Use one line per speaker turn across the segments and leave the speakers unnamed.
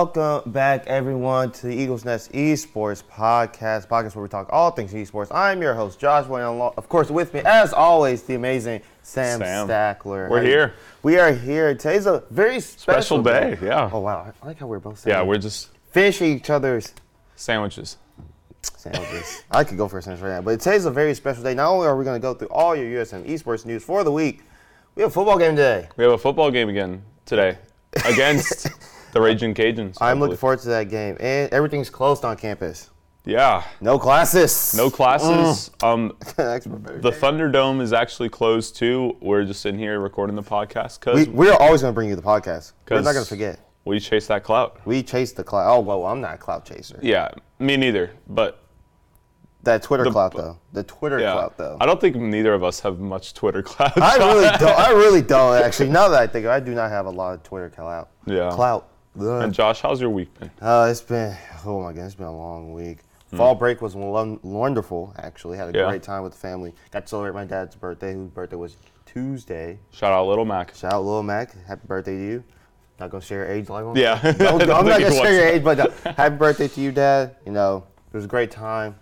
Welcome back, everyone, to the Eagles Nest Esports Podcast, podcast where we talk all things esports. I'm your host, Joshua, and along- of course, with me, as always, the amazing Sam,
Sam.
Stackler.
We're
How you-
here.
We are here. Today's a very special,
Special day, yeah.
Oh wow, I like how we're both. Saying
Yeah, we're just
finishing each other's
sandwiches.
sandwiches. I could go for a sandwich right now, but today's a very special day. Not only are we going to go through all your USM esports news for the week, we have a football game today.
We have a football game again today against the Raging Cajuns.
I'm looking
hopefully.
forward to that game, and everything's closed on campus.
Yeah,
No classes.
no classes.
Mm.
Um,
That's my favorite
the
day.
Thunderdome is actually closed too. We're just in here recording the podcast
We,
because we,
we are always going to bring you the podcast. We're not
'Cause-
going to forget.
chase that clout.
We chase the cloud. Oh, well, I'm not a cloud chaser.
Yeah, me neither. But
That Twitter clout,
bu-
though. The Twitter
yeah,
clout, though.
I don't think neither of us have much Twitter clout.
I really don't. I really don't, actually. Now that I think of it, I do not have a lot of Twitter clout.
Yeah.
Clout. Ugh.
And Josh, how's your week been?
Uh, it's been, oh my goodness, it's been a long week. Fall break was won- wonderful, actually. Had a
Hmm. Yeah.
great time with the family. Got to celebrate my dad's birthday, whose birthday was Tuesday.
Shout out, Little Mac.
Shout out Lil Mac. Happy birthday to you. Not gonna share your age like
Yeah. I
No,
don't
I'm
think
not
he
gonna
wants
share your
that.
age, but uh, happy birthday to you, Dad. You know, it was a great time.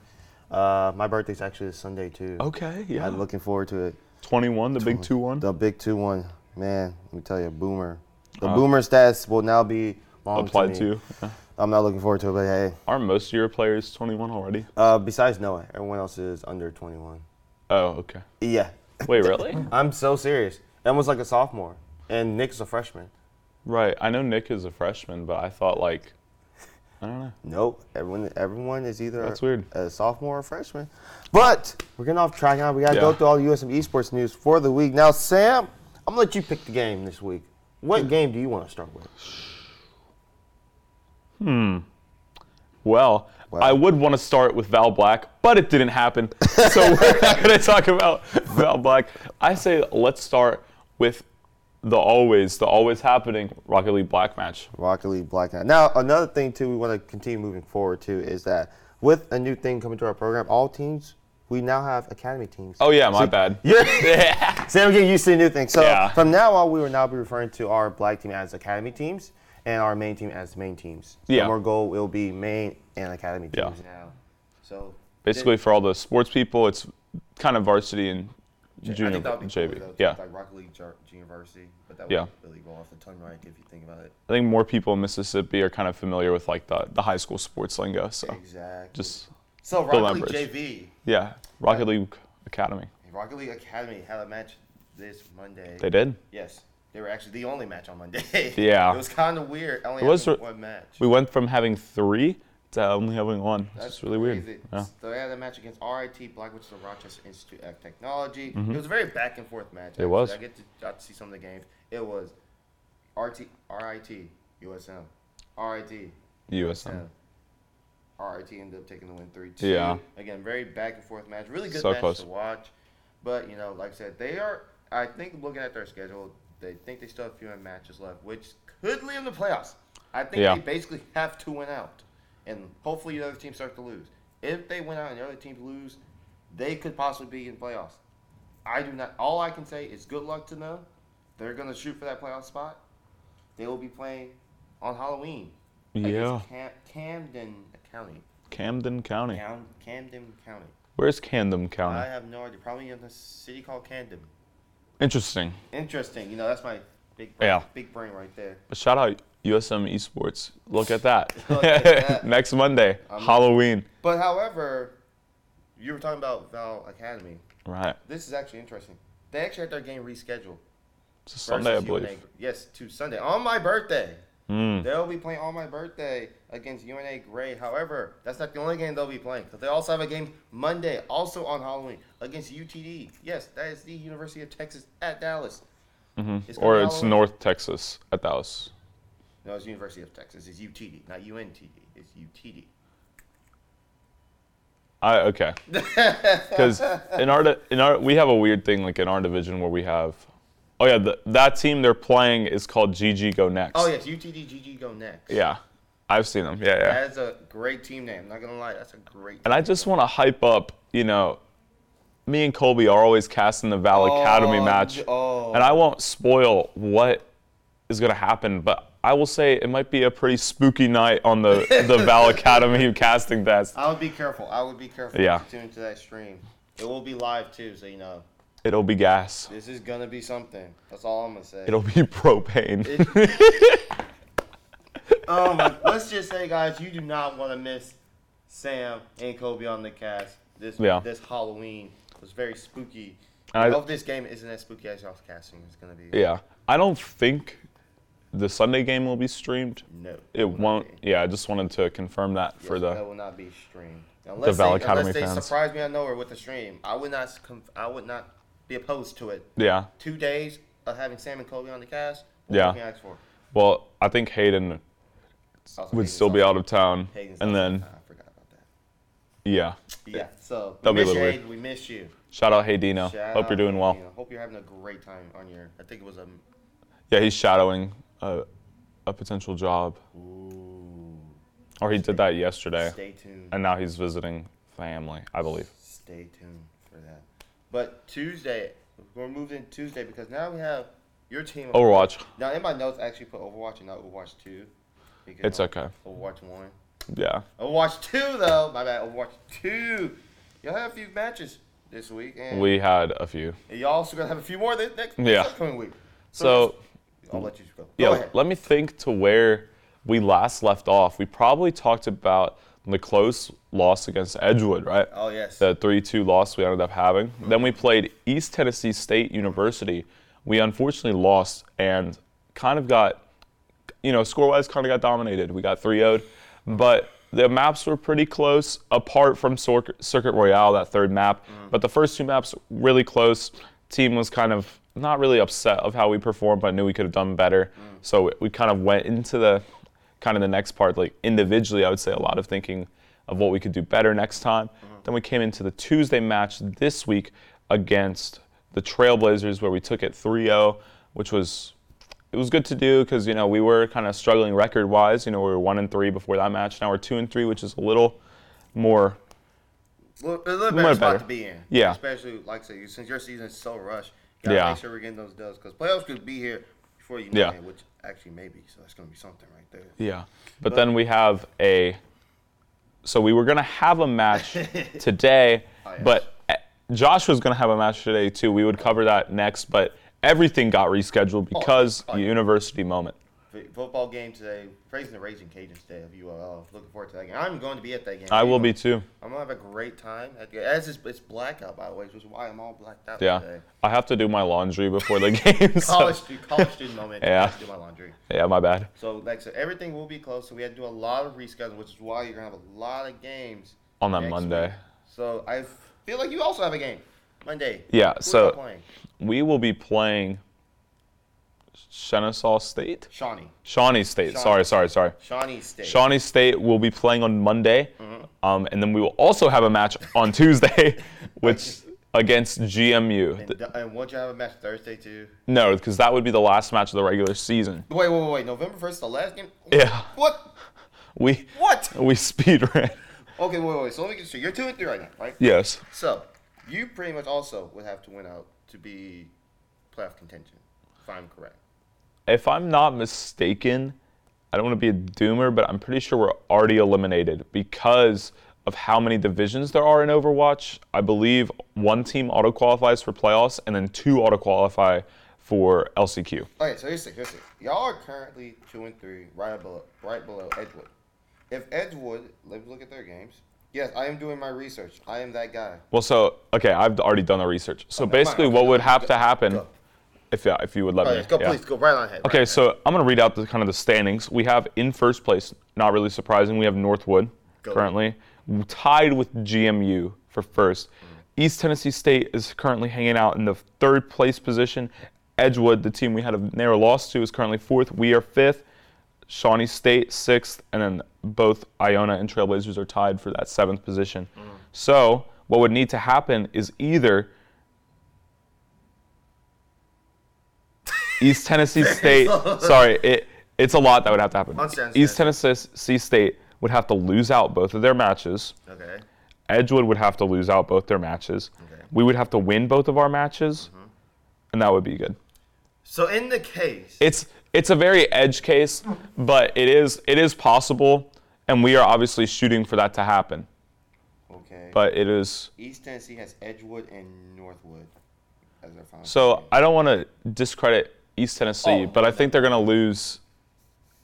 Uh, my birthday's actually this Sunday too.
Okay, Oh, yeah.
I'm looking forward to it.
21, the big 2 1.
The big two one, man. Let me tell you, boomer. The boomer stats will now be long
Uh, Applied
to. me.
to. Yeah.
I'm not looking forward to it, but hey.
Aren't most of your players 21 already?
Uh, besides Noah, everyone else is under 21.
Oh, okay.
Yeah,
Wait, really?
I'm so serious. Emma's like a sophomore, and Nick's a freshman.
Right. I know Nick is a freshman, but I thought like I don't know.
Nope. Everyone, everyone is either
That's weird.
a sophomore or freshman. But we're getting off track now. We got to go
Yeah.
through all the USM esports news for the week. Now, Sam, I'm gonna let you pick the game this week. What game do you want to start with?
Well,
Wow.
I would want to start with Val Black, but it didn't happen. So we're not going to talk about Val Black. I say let's start with the always, the always happening Rocket League Black match.
Rocket League Black Knight. Now, another thing too, we want to continue moving forward too is that with a new thing coming to our program, all teams we now have academy teams.
Oh yeah, my bad.
Yeah. Sam, getting used to the new thing. So
Yeah.
from now on, we will now be referring to our black team as academy teams and our main team as main teams. So
Yeah.
Our goal will be main and academy
Yeah.
teams now. So
Basically for all the sports people, it's kind of varsity and
I
junior
think that would be cool
JV.
though,
yeah.
Like Rocket League Jur- Junior Varsity, but that would
Yeah.
really roll off the tongue right if you think about it.
I think more people in Mississippi are kind of familiar with like the, the high school sports lingo, so
Exactly.
Oh. just
so
Bill
Rocket League
Lambridge.
JV,
yeah, Rocket League Academy.
Rocket League Academy had a match this Monday.
They did.
Yes, they were actually the only match on Monday.
Yeah.
it was kind of weird. I Only
was
having
re-
one match.
We went from having three to only having one. It's
That's
just really weird.
crazy.
Yeah.
So they had a match against RIT Black, which is the Rochester Institute of Technology. It was a very back and forth match. actually.
Mm-hmm. was.
I get to got to see some of the games. It was RT, RIT, USM, RIT,
USM.
RIT ended up taking the win 3 2.
Yeah.
Again, very back and forth match. Really good
So
match
close.
to watch. But, you know, like I said, they are, I think, looking at their schedule, they think they still have a few matches left, which could lead them to playoffs. I think
Yeah.
they basically have to win out. And hopefully the other team starts to lose. If they win out and the other teams lose, they could possibly be in playoffs. I do not, all I can say is good luck to them. They're going to shoot for that playoff spot. They will be playing on Halloween
Yeah. Hmm.
against Cam- Camden County.
Camden County.
Cam- Camden County.
Where's Camden
I
County?
have no idea. Probably in the city called Camden.
Interesting.
Interesting. You know, that's my big
Yeah.
big brain right there.
But shout out USM Esports. Look at that.
Look at that.
Next Monday, Halloween.
But however, you were talking about Val Academy.
Right.
This is actually interesting. They actually had their game rescheduled.
It's a Sunday, I
versus
believe.
UNA Yes, to Sunday. On my birthday.
Mm.
They'll be playing on my birthday against UNA Gray. However, that's not the only game they'll be playing. 'cause they also have a game Monday, also on Halloween, against UTD. Yes, that is the University of Texas at Dallas. Mm-hmm.
Or it's North Texas at Dallas.
No, it's University of Texas. It's UTD, not UNTD. It's UTD.
I okay. Because in our di- in our we have a weird thing like in our division where we have. Oh yeah, the, that team they're playing is called GG Go Next.
Oh yes, UTD GG go next.
Yeah, I've seen them. Yeah, yeah.
That is a great team name. I'm not gonna lie, that's a great.
And I just want to hype up, you know, me and Colby are always casting the Val Academy
Oh,
match.
oh.
And I won't spoil what is going to happen, but I will say it might be a pretty spooky night on the the Val Academy casting test.
I would be careful. I would be careful.
Yeah.
To tune into that stream. It will be live too, so you know
It'll be gas.
this is gonna be something. That's all I'm gonna say.
It'll be propane.
oh my, let's just say, guys, you do not want to miss Sam and Kobe on the cast this
Yeah.
this Halloween. It was very spooky.
And
I
I-
hope this game isn't as spooky as y'all's casting is gonna be.
yeah, I don't think the Sunday game will be streamed.
No.
It
will not
won't.
be.
Yeah, I just wanted to confirm that for
Yes,
the.
that will not be streamed. Unless
Val
they,
Academy
unless they
fans.
surprise me out of nowhere with a stream, I would not. s- conf- I would not be opposed to it.
Yeah.
Two days of having Sam and Kobe on the cast. What
Yeah.
Can I ask for?
Well, I think Hayden
Also,
would
Hayden's
still be
also-
out of town,
Hayden's
and
also-
then
I forgot about that.
yeah.
Yeah. So we
That'll be a
miss you,
little weird.
Hayden. We miss you.
Shout out Haydina.
Shout
Hope
out
you're doing
to
well.
you. Hope you're having a great time on your. I think it was a.
Yeah, he's shadowing a, a potential job,
Ooh.
or he did that yesterday,
Stay tuned.
and now he's visiting family, I believe.
Stay tuned for that. But Tuesday, we're moving to Tuesday because now we have your team.
Overwatch.
Now in my notes, I actually put Overwatch and not Overwatch Two. because
It's
of
okay.
Overwatch One.
Yeah.
Overwatch Two though. My bad. Overwatch Two. Y'all have a few matches this week, and
We had a few.
y'all also gonna have a few more this next
Yeah.
coming week.
So
I'll let you go.
yeah,
go ahead.
let me think to where we last left off. We probably talked about the close loss against Edgewood, right?
oh yes.
the 3-2 loss we ended up having. Then we played East Tennessee State University. We unfortunately lost and kind of got, you know, score-wise kind of got dominated. We got 3-0'd, but the maps were pretty close apart from Cir- Circuit Royale, that third map. But the first two maps really close. Team was kind of not really upset of how we performed, but knew we could have done better. So we kind of went into the kind of the next part, like individually, I would say a lot of thinking of what we could do better next time. Then we came into the Tuesday match this week against the Trailblazers, where we took it 3-0, which was it was good to do because you know we were kind of struggling record-wise. You know we were one and three before that match. Now we're two and three, which is a little more.
Well, a little
might
better spot
better.
to be in.
Yeah.
Especially like I said, since your season is so rushed, you gotta
Yeah.
make sure we're getting those dubs because playoffs could be here before you know
Yeah.
it, which actually maybe. So that's gonna be something right there.
Yeah. But then we have a. So we were gonna have a match today,
yes.
but eh, Josh was gonna have a match today too. We would cover that next, but everything got rescheduled because
oh,
the
yeah.
university moment.
F- Football game today, praising the Raging Cajuns Day of ULL. Looking forward to that game. I'm going to be at that game.
I will
anyway.
be too.
I'm gonna have a great time. At the, as it's, it's blackout, by the way, which is why I'm all blacked out
Yeah.
today.
I have to do my laundry before the game. so-
College, stu- college student moment.
Yeah.
I have to do my laundry.
Yeah, my bad.
So like so everything will be closed. So we had to do a lot of rescheduling, which is why you're gonna have a lot of games
On that
next
Monday.
week. So I feel like you also have a game Monday.
Yeah,
Who
so-
y'all playing?
We will be playing Chenesaw State?
Shawnee,
Shawnee State.
Shawnee.
Sorry, sorry, sorry.
Shawnee State.
Shawnee State will be playing on Monday, um, and then we will also have a match on Tuesday, which against GMU.
and, and won't you have a match Thursday too?
No, because that would be the last match of the regular season.
Wait, wait, wait, wait. November first, the last game.
Yeah.
What?
We
What?
we speed ran.
Okay, wait, wait. wait. So let me get straight. You're two and three right now, right?
Yes.
So you pretty much also would have to win out to be playoff contention, if I'm correct.
If I'm not mistaken, I don't want to be a doomer, but I'm pretty sure we're already eliminated because of how many divisions there are in Overwatch. I believe one team auto qualifies for playoffs, and then two auto qualify for LCQ.
Okay, so here's the here's the Y'all are currently two and three, right below, right below Edgewood. If Edgewood, let me look at their games. Yes, I am doing my research. I am that guy.
Well, so okay, I've already done the research. So
never mind.
basically, what would have to happen,
Go.
if yeah, if you would let
Oh,
me,
yes, go
yeah.
please go right on ahead.
Okay, so I'm gonna read out the kind of the standings. We have in first place, not really surprising. We have Northwood
Go.
currently tied with GMU for 1st
Mm.
East Tennessee State is currently hanging out in the third place position. Edgewood, the team we had a narrow loss to, is currently fourth. We are fifth. Shawnee State sixth, and then both Iona and Trailblazers are tied for that seventh position.
Mm.
So what would need to happen is either East Tennessee State. sorry, it it's a lot that would have to happen.
Understand,
East Tennessee State would have to lose out both of their matches.
Okay.
Edgewood would have to lose out both their matches.
Okay.
We would have to win both of our matches, and that would be good.
So in the case,
It's it's a very edge case, but it is it is possible, and we are obviously shooting for that to happen.
Okay.
But it is
East Tennessee has Edgewood and Northwood as their final.
so.
two.
I don't want to discredit East Tennessee,
Oh,
but I think they're going to lose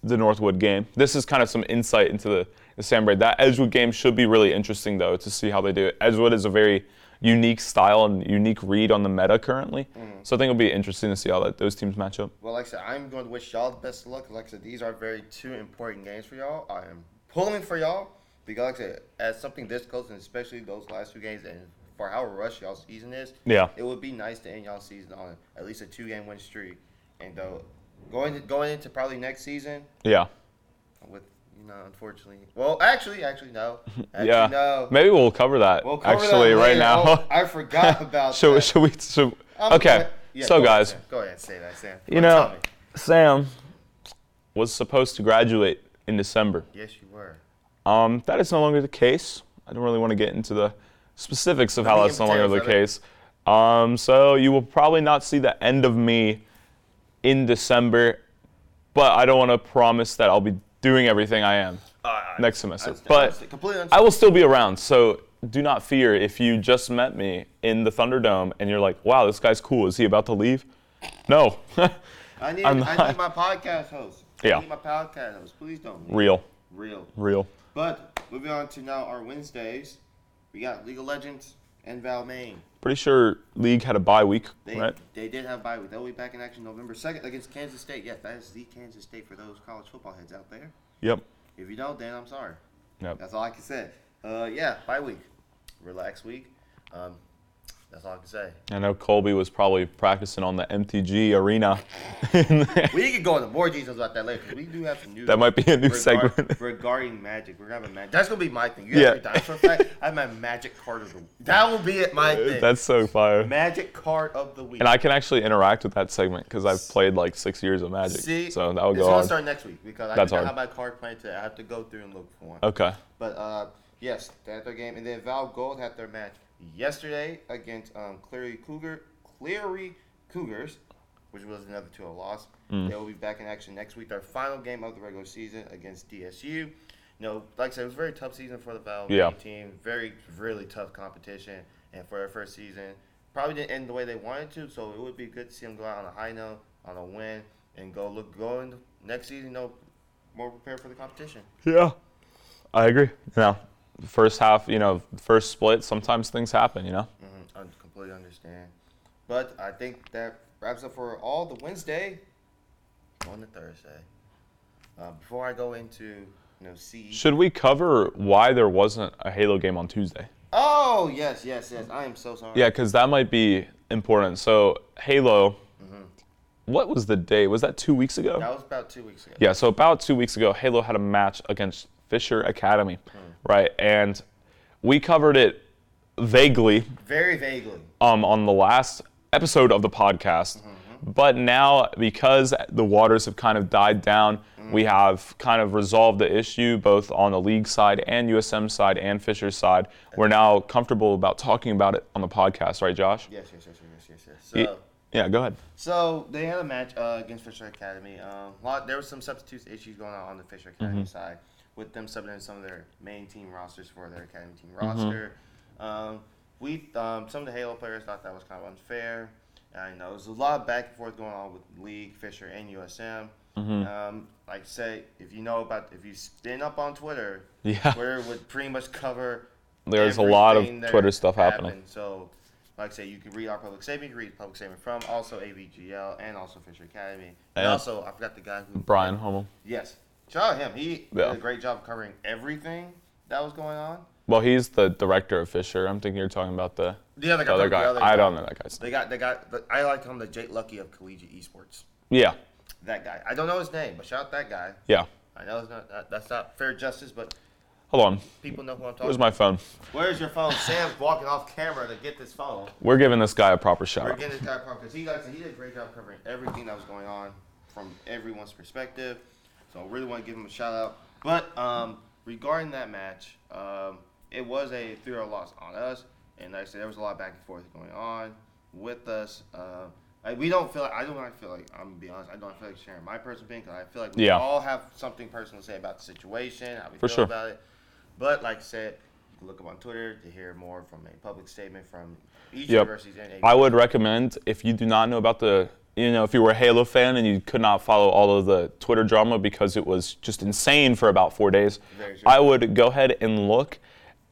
the Northwood game. This is kind of some insight into the, the Sam Braid. That Edgewood game should be really interesting though to see how they do it. Edgewood is a very unique style and unique read on the meta currently,
Mm-hmm.
so I think it'll be interesting to see how that, those teams match up.
well, like I said, I'm going to wish y'all the best of luck. Like I said, these are very two important games for y'all. I am pulling for y'all because, like I said, as something this close, and especially those last two games, and for how rushed y'all season is,
Yeah.
it would be nice to end y'all season on at least a two-game win streak. And though going going into probably next season,
Yeah.
with you know, unfortunately, well, actually, actually no, actually,
yeah.
no.
Maybe we'll cover that
We'll cover that
actually right
later.
now.
Oh, I forgot about
should,
that.
Should we? Should,
I'm
okay.
gonna- Um, yeah,
so
go ahead,
guys,
Sam. go ahead, say that, Sam.
you
Go ahead,
know,
tell me.
Sam was supposed to graduate in December.
Yes, you were.
Um, that is no longer the case. I don't really want to get into the specifics of
The
how
meat
that's no
and
longer the
potatoes
case. Um, so you will probably not see the end of me in December, but I don't want to promise that I'll be doing everything I am next semester.
understand,
but
understand, completely
I
understand.
will still be around, so do not fear if you just met me in the Thunderdome and you're like, wow, this guy's cool. Is he about to leave? No.
I need,
I'm
I
not-
need my podcast host.
Yeah.
I need my podcast host. Please don't. leave.
Real.
Real.
Real.
But moving on to now our Wednesdays, we got League of Legends and Valmain.
Pretty sure League had a bye week,
They,
right?
they did have bye week. They'll be back in action November 2nd against Kansas State. Yes, that is the Kansas State for those college football heads out there.
Yep.
If you don't, then I'm sorry.
Yep.
That's all I can say. Uh, yeah, bye week. Relax week. Um, that's all I can say.
I know Colby was probably practicing on the MTG arena. that
We can go into more details about that later. 'cause We do have some news.
might be a new
regard-
segment.
regarding Magic. We're gonna have a Magic. That's gonna be my thing. You
Yeah.
have your dinosaur fact. I have my Magic card of the week. That will be it. My thing.
Uh, That's so fire.
Magic card of the week.
And I can actually interact with that segment because I've played like six years of Magic.
see.
so that will
it's
go
gonna
on.
start next week because I
That's
do not
hard.
have my card planned today. I have to go through and look for one.
Okay.
But uh, yes, they had their game, and then Val Gold had their match yesterday against um, Cleary Cougar, Cleary Cougars, which was another 2-0 loss. They will be back in action next week. Their final game of the regular season against DSU. You know, like I said, it was a very tough season for the Val
Yeah.
team. Very, really tough competition, and for their first season, probably didn't end the way they wanted to. So it would be good to see them go out on a high note, on a win, and go look going next season. You know, more prepared for the competition.
Yeah. I agree. Now, the first half, you know, the first split, sometimes things happen, you know?
Mm-hmm. I completely understand. But I think that wraps up for all the Wednesday on the Thursday. Uh, before I go into, you know, C.
Should we cover why there wasn't a Halo game on Tuesday?
Oh, yes, yes, yes. I am so sorry.
Yeah, because that might be important. So, Halo,
Mm-hmm.
what was the day? Was that two weeks ago?
That was about two weeks ago.
Yeah, so about two weeks ago, Halo had a match against Fisher Academy, right? And we covered it vaguely
Very vaguely.
um, on the last episode of the podcast. But now, because the waters have kind of died down, we have kind of resolved the issue both on the league side and USM side and Fisher's side. We're now comfortable about talking about it on the podcast, right, Josh?
Yes, yes, yes, yes, yes, yes. So,
Y- Yeah, go ahead.
so they had a match uh, against Fisher Academy. Um, lot, there was some substitutes issues going on on the Fisher Academy
Mm-hmm.
side with them subbing in some of their main team rosters for their academy team
Mm-hmm.
roster. Um, we um, some of the Halo players thought that was kind of unfair. I know there's a lot of back and forth going on with League, Fisher, and USM.
Mm-hmm.
Um, like I say, if you know about, if you spin up on Twitter,
Yeah.
Twitter would pretty much cover.
There's a lot of
everything that
Twitter stuff happening.
happened. So, like I say, you can read our public statement, you can read public statement from also AVGL and also Fisher Academy. And
Yeah.
also, I forgot the guy who
Brian Hummel.
Yes, shout out him. He
Yeah.
did a great job covering everything that was going on.
Well, he's the director of Fisher. I'm thinking you're talking about the,
The other guy.
other guy.
The other
I don't know that guy's name.
They got they got. The, I like to call him the Jake Lucky of collegiate esports.
Yeah,
That guy. I don't know his name, but shout out that guy.
yeah.
I know it's not, that, that's not fair justice, but
Hold on.
people know who I'm talking.
Where's my phone?
about. Where's your phone? Sam's walking off camera to get this phone.
We're giving this guy a proper
We're
shout out.
getting this guy proper because he likes he did a great job covering everything that was going on from everyone's perspective. So I really want to give him a shout out. But um, regarding that match, um, it was a 3 0 loss on us. And like I said, there was a lot of back and forth going on with us. Uh, Like, we don't feel. Like, I don't like feel like. I'm gonna be honest. I don't feel like sharing my personal opinion 'cause I feel like we
Yeah.
all have something personal to say about the situation, how we
For
feel
sure.
about it. But like I said, you can look up on Twitter to hear more from a public statement from each
Yep.
university's and
I would recommend if you do not know about the, you know, if you were a Halo fan and you could not follow all of the Twitter drama because it was just insane for about four days,
Very true.
I would go ahead and look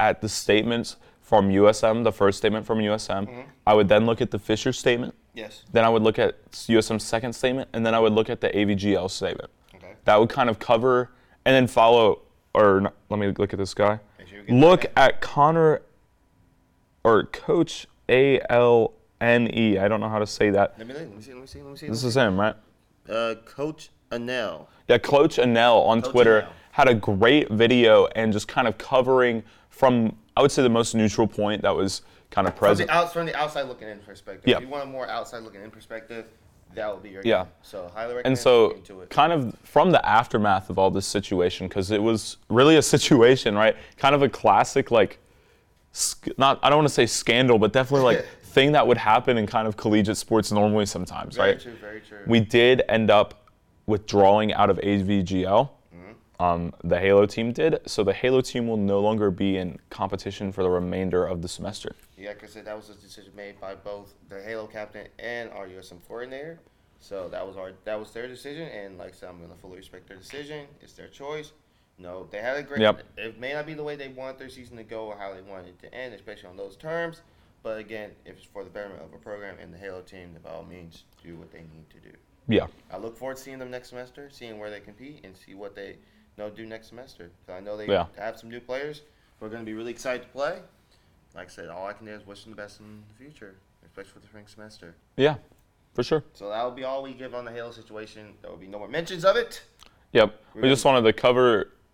at the statements from USM, the first statement from USM.
Mm-hmm.
I would then look at the Fisher statement.
Yes.
Then I would look at USM's second statement, and then I would look at the AVGL statement.
Okay.
That would kind of cover, and then follow, or n- let me look at this guy.
Make sure we get
Look
that.
at Connor, or Coach A L N E. I don't know how to say that.
Let me, let me see. Let me see. Let me see.
This is him, right?
uh, Coach Anel.
Yeah, Coach Anel on Twitter
Anel.
had a great video and just kind of covering from, I would say, the most neutral point that was kind of
From
present.
the, out, from the outside looking in perspective.
Yeah.
If you want a more outside looking in perspective, that would be your
Yeah.
game. So highly recommend
and so
looking into it.
kind of from the aftermath of all this situation because it was really a situation right kind of a classic like sc- not i don't want to say scandal but definitely like thing that would happen in kind of collegiate sports normally sometimes
Very
right
true. Very true.
we did end up withdrawing out of avgl
Mm-hmm.
um, the halo team did so the halo team will no longer be in competition for the remainder of the semester
Yeah, like I said, that was a decision made by both the Halo captain and our USM coordinator. So that was our that was their decision, and like I said, I'm gonna fully respect their decision. It's their choice. No, they had a great.
Yep.
It may not be the way they want their season to go or how they wanted it to end, especially on those terms. But again, if it's for the betterment of a program and the Halo team, then by all means, do what they need to do.
yeah
I look forward to seeing them next semester, seeing where they compete, and see what they you know do next semester. 'Cause I know they
Yeah.
have some new players. We're going to be really excited to play. Like I said, all I can do is wish them the best in the future, especially for the spring semester.
yeah for sure
So that will be all we give on the Halo situation. There will be no more mentions of it.
Yep. We just wanted to cover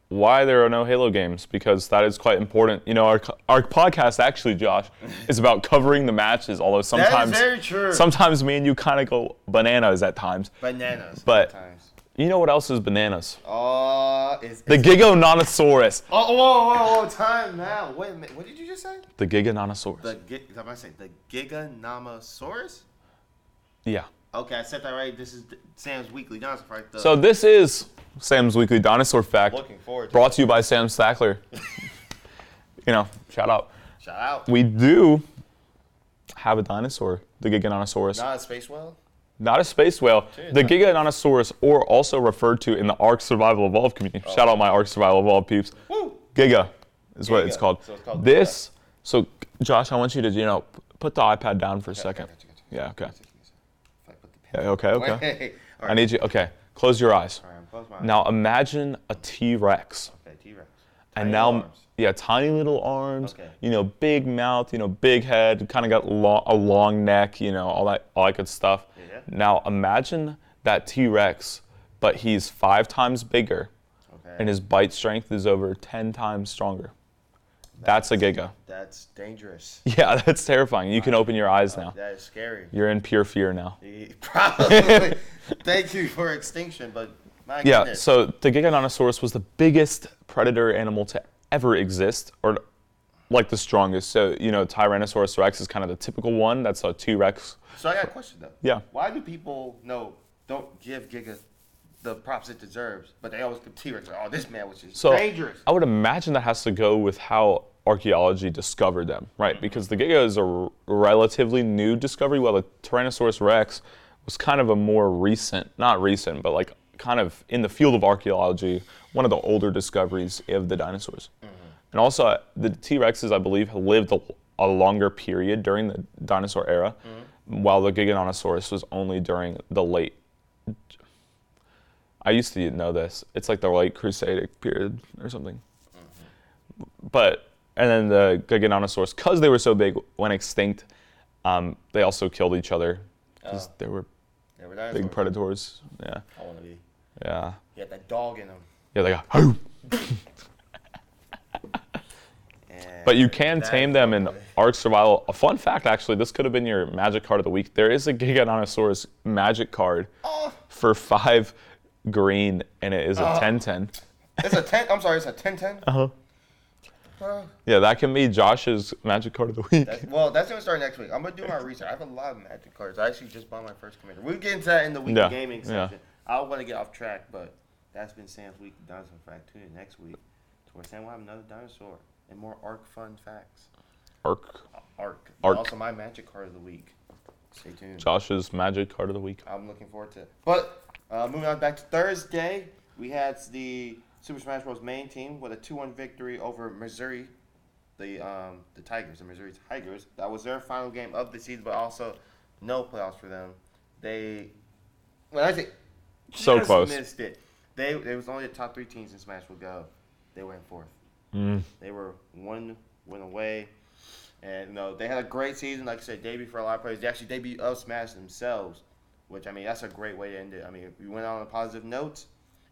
why there are no Halo games because that is quite important. You know, our co- our podcast actually, Josh, is about covering the matches. Although
is
sometimes,
very true.
sometimes me and you kind of go bananas at times.
Bananas.
But-
sometimes.
You know what else is bananas?
Uh, is
The Giganotosaurus.
oh, whoa, whoa, whoa, time now. Wait a minute. What did you just say?
The Giganotosaurus.
The gi- am I saying the Giganomosaurus?
yeah.
Okay, I said that right. This is Sam's weekly Johnson right? The
So this is Sam's weekly dinosaur fact,
looking forward. to
brought to you by Sam Stackler. you know, shout out.
Shout out.
We do have a dinosaur, the Giganotosaurus.
Not a space whale.
Not a space whale. the Giganotosaurus, or also referred to in the Ark Survival Evolved community.
Oh.
Shout out my Ark Survival Evolved peeps.
Woo!
Giga is what it's
Giga.
called.
So it's called
this. So, Josh, I want you to, you know, p- put the iPad down for a second.
gotcha, gotcha.
Yeah. Okay.
If I put the
Yeah,
pen.
okay. Okay.
Wait. All
I
right.
need you. Okay. Close your eyes.
All right, I'm close my eyes.
Now imagine a T-Rex,
Okay, T-Rex.
and
Tiny
now
arms.
yeah, tiny little arms.
Okay.
You know, big mouth. You know, big head. Kind of got lo- a long neck. You know, all that all that good stuff.
Yeah.
Now imagine that T-Rex, but he's five times bigger,
Okay.
and his bite strength is over ten times stronger. That's a giga.
That's dangerous.
Yeah, that's terrifying. You can open your eyes now.
That is scary.
You're in pure fear now.
Eh, Probably. Thank you for extinction, but my
Yeah,
goodness.
so the Giganotosaurus was the biggest predator animal to ever exist, or like the strongest. So, you know, Tyrannosaurus rex is kind of the typical one. That's a T Rex.
So I got a question though.
Yeah.
Why do people no don't give Giga the props it deserves, but they always give T-Rex? Oh, this man was just
So,
dangerous.
I would imagine that has to go with how archaeology discovered them, right? Because the Giga is a r- relatively new discovery, while the Tyrannosaurus rex was kind of a more recent, not recent, but like kind of in the field of archaeology, one of the older discoveries of the dinosaurs. And also, uh, the T Rexes, I believe, have lived a, a longer period during the dinosaur era, while the Giganotosaurus was only during the late. I used to know this. It's like the late Crusadic period or something. But, and then the Giganotosaurus, because they were so big, went extinct. Um, they also killed each other because they were
They were
big
dinosaurs.
predators. Yeah.
I want to be.
Yeah.
He had that dog in him.
Yeah, they got. "Hoo!"
And
But you can
that-
tame them in Ark Survival. A fun fact, actually, this could have been your magic card of the week. There is a Giganotosaurus magic card
Oh.
for five green, and it is a 10 10.
It's a ten. I'm sorry. It's a ten ten. Uh huh.
Yeah, that can be Josh's magic card of the week.
That- well, that's gonna start next week. I'm gonna do my research. I have a lot of magic cards. I actually just bought my first commander. We'll get into that in the week
Yeah,
gaming
yeah.
section. I want to get off track, but that's been Sam's week. Dinosaur fact tune in next week, to where Sam will have another dinosaur and more arc fun facts.
Arc.
Arc.
Arc.
Also, my magic card of the week. Stay tuned.
Josh's magic card of the week.
I'm looking forward to it. But uh, moving on back to Thursday, we had the Super Smash Bros. main team with a 2-1 victory over Missouri, the um, the Tigers, the Missouri Tigers. That was their final game of the season, but also no playoffs for them. They, when I say
So
just
close.
missed it. They they was only the top three teams in Smash would go. They went fourth.
Mm.
They were one win away. And you know, they had a great season, like I said, debut for a lot of players. They actually debuted up Smash themselves, which I mean that's a great way to end it. I mean, if you went out on a positive note,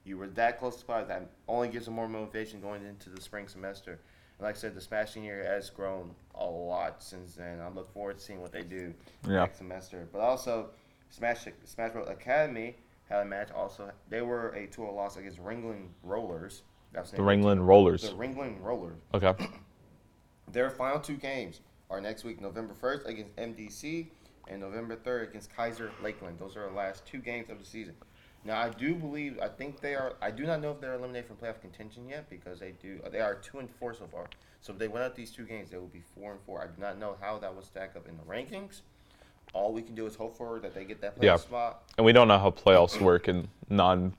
you were that close to playoffs. That only gives them more motivation going into the spring semester. And like I said, the Smash senior has grown a lot since then. I look forward to seeing what they do
Yeah.
next semester. But also, Smash Smash Bros Academy had a match. Also, they were a 2 loss against Ringling Rollers. That's
The Ringland Rollers.
The Ringling Rollers.
Okay.
Their final two games are next week, November 1st against MDC and November 3rd against Kaiser Lakeland. Those are the last two games of the season. Now, I do believe, I think they are, I do not know if they're eliminated from playoff contention yet because they do, they are 2 and 4 so far. So if they win out these two games, they will be 4 and 4. I do not know how that will stack up in the rankings. All we can do is hope for that they get that playoff
Yeah.
spot.
And we don't know how playoffs work in non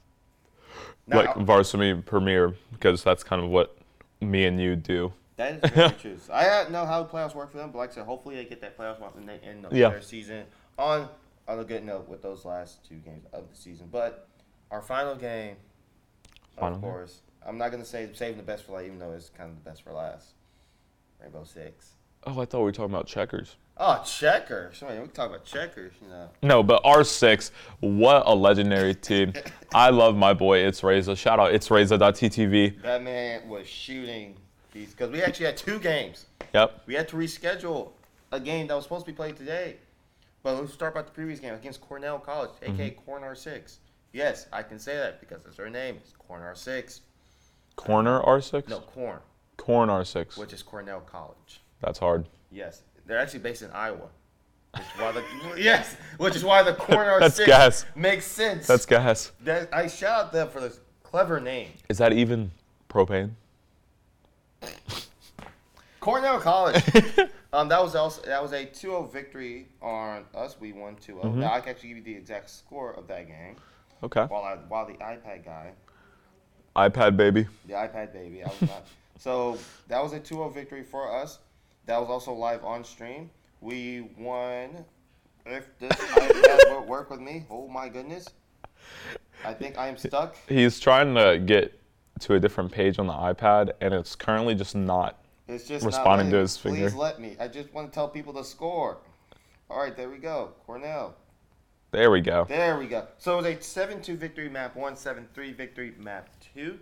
Now,
like varsity premier because that's kind of what me and you do.
That is very true. So I don't know how the playoffs work for them, but like I said, hopefully they get that playoff spot and they end up
Yeah.
their season on on a good note with those last two games of the season. But our final game,
Final
of
game.
course, I'm not gonna say saving the best for last, even though it's kind of the best for last. Rainbow Six.
Oh, I thought we were talking about checkers.
Oh, checkers. I mean, we can talk about checkers. You know,
No, but R6, what a legendary team. I love my boy It's Reza. Shout out It's Reza.ttv.
that man was shooting these because we actually had two games.
Yep.
We had to reschedule a game that was supposed to be played today. But let's start about the previous game against Cornell College,
Mm-hmm.
aka Corn 6 Yes, I can say that because that's their name. It's Corn 6
Corner R6?
No, Corn,
Corn R6.
which is Cornell College.
That's hard.
Yes, they're actually based in Iowa. Which is why the, yes, which is why the Corn
That's
6
gas.
makes sense.
That's gas.
that, I shout out them for this clever name.
Is that even propane?
Cornell College. um, that was also that was a 2-0 victory on us. We won 2-0.
Mm-hmm.
Now I can actually give you the exact score of that game.
Okay.
While I while the iPad guy,
iPad baby.
the iPad baby, I was not. so that was a 2-0 victory for us. That was also live on stream. We won. If this iPad will work with me, oh my goodness. I think I am stuck.
He's trying to get to a different page on the iPad, and it's currently just not.
It's just
Responding
not letting
to
me.
his finger.
Please let me. I just want to tell people the score. All right, there we go. Cornell.
There we go.
There we go. So it was a 7 2 victory map 1, 7 3 victory map 2.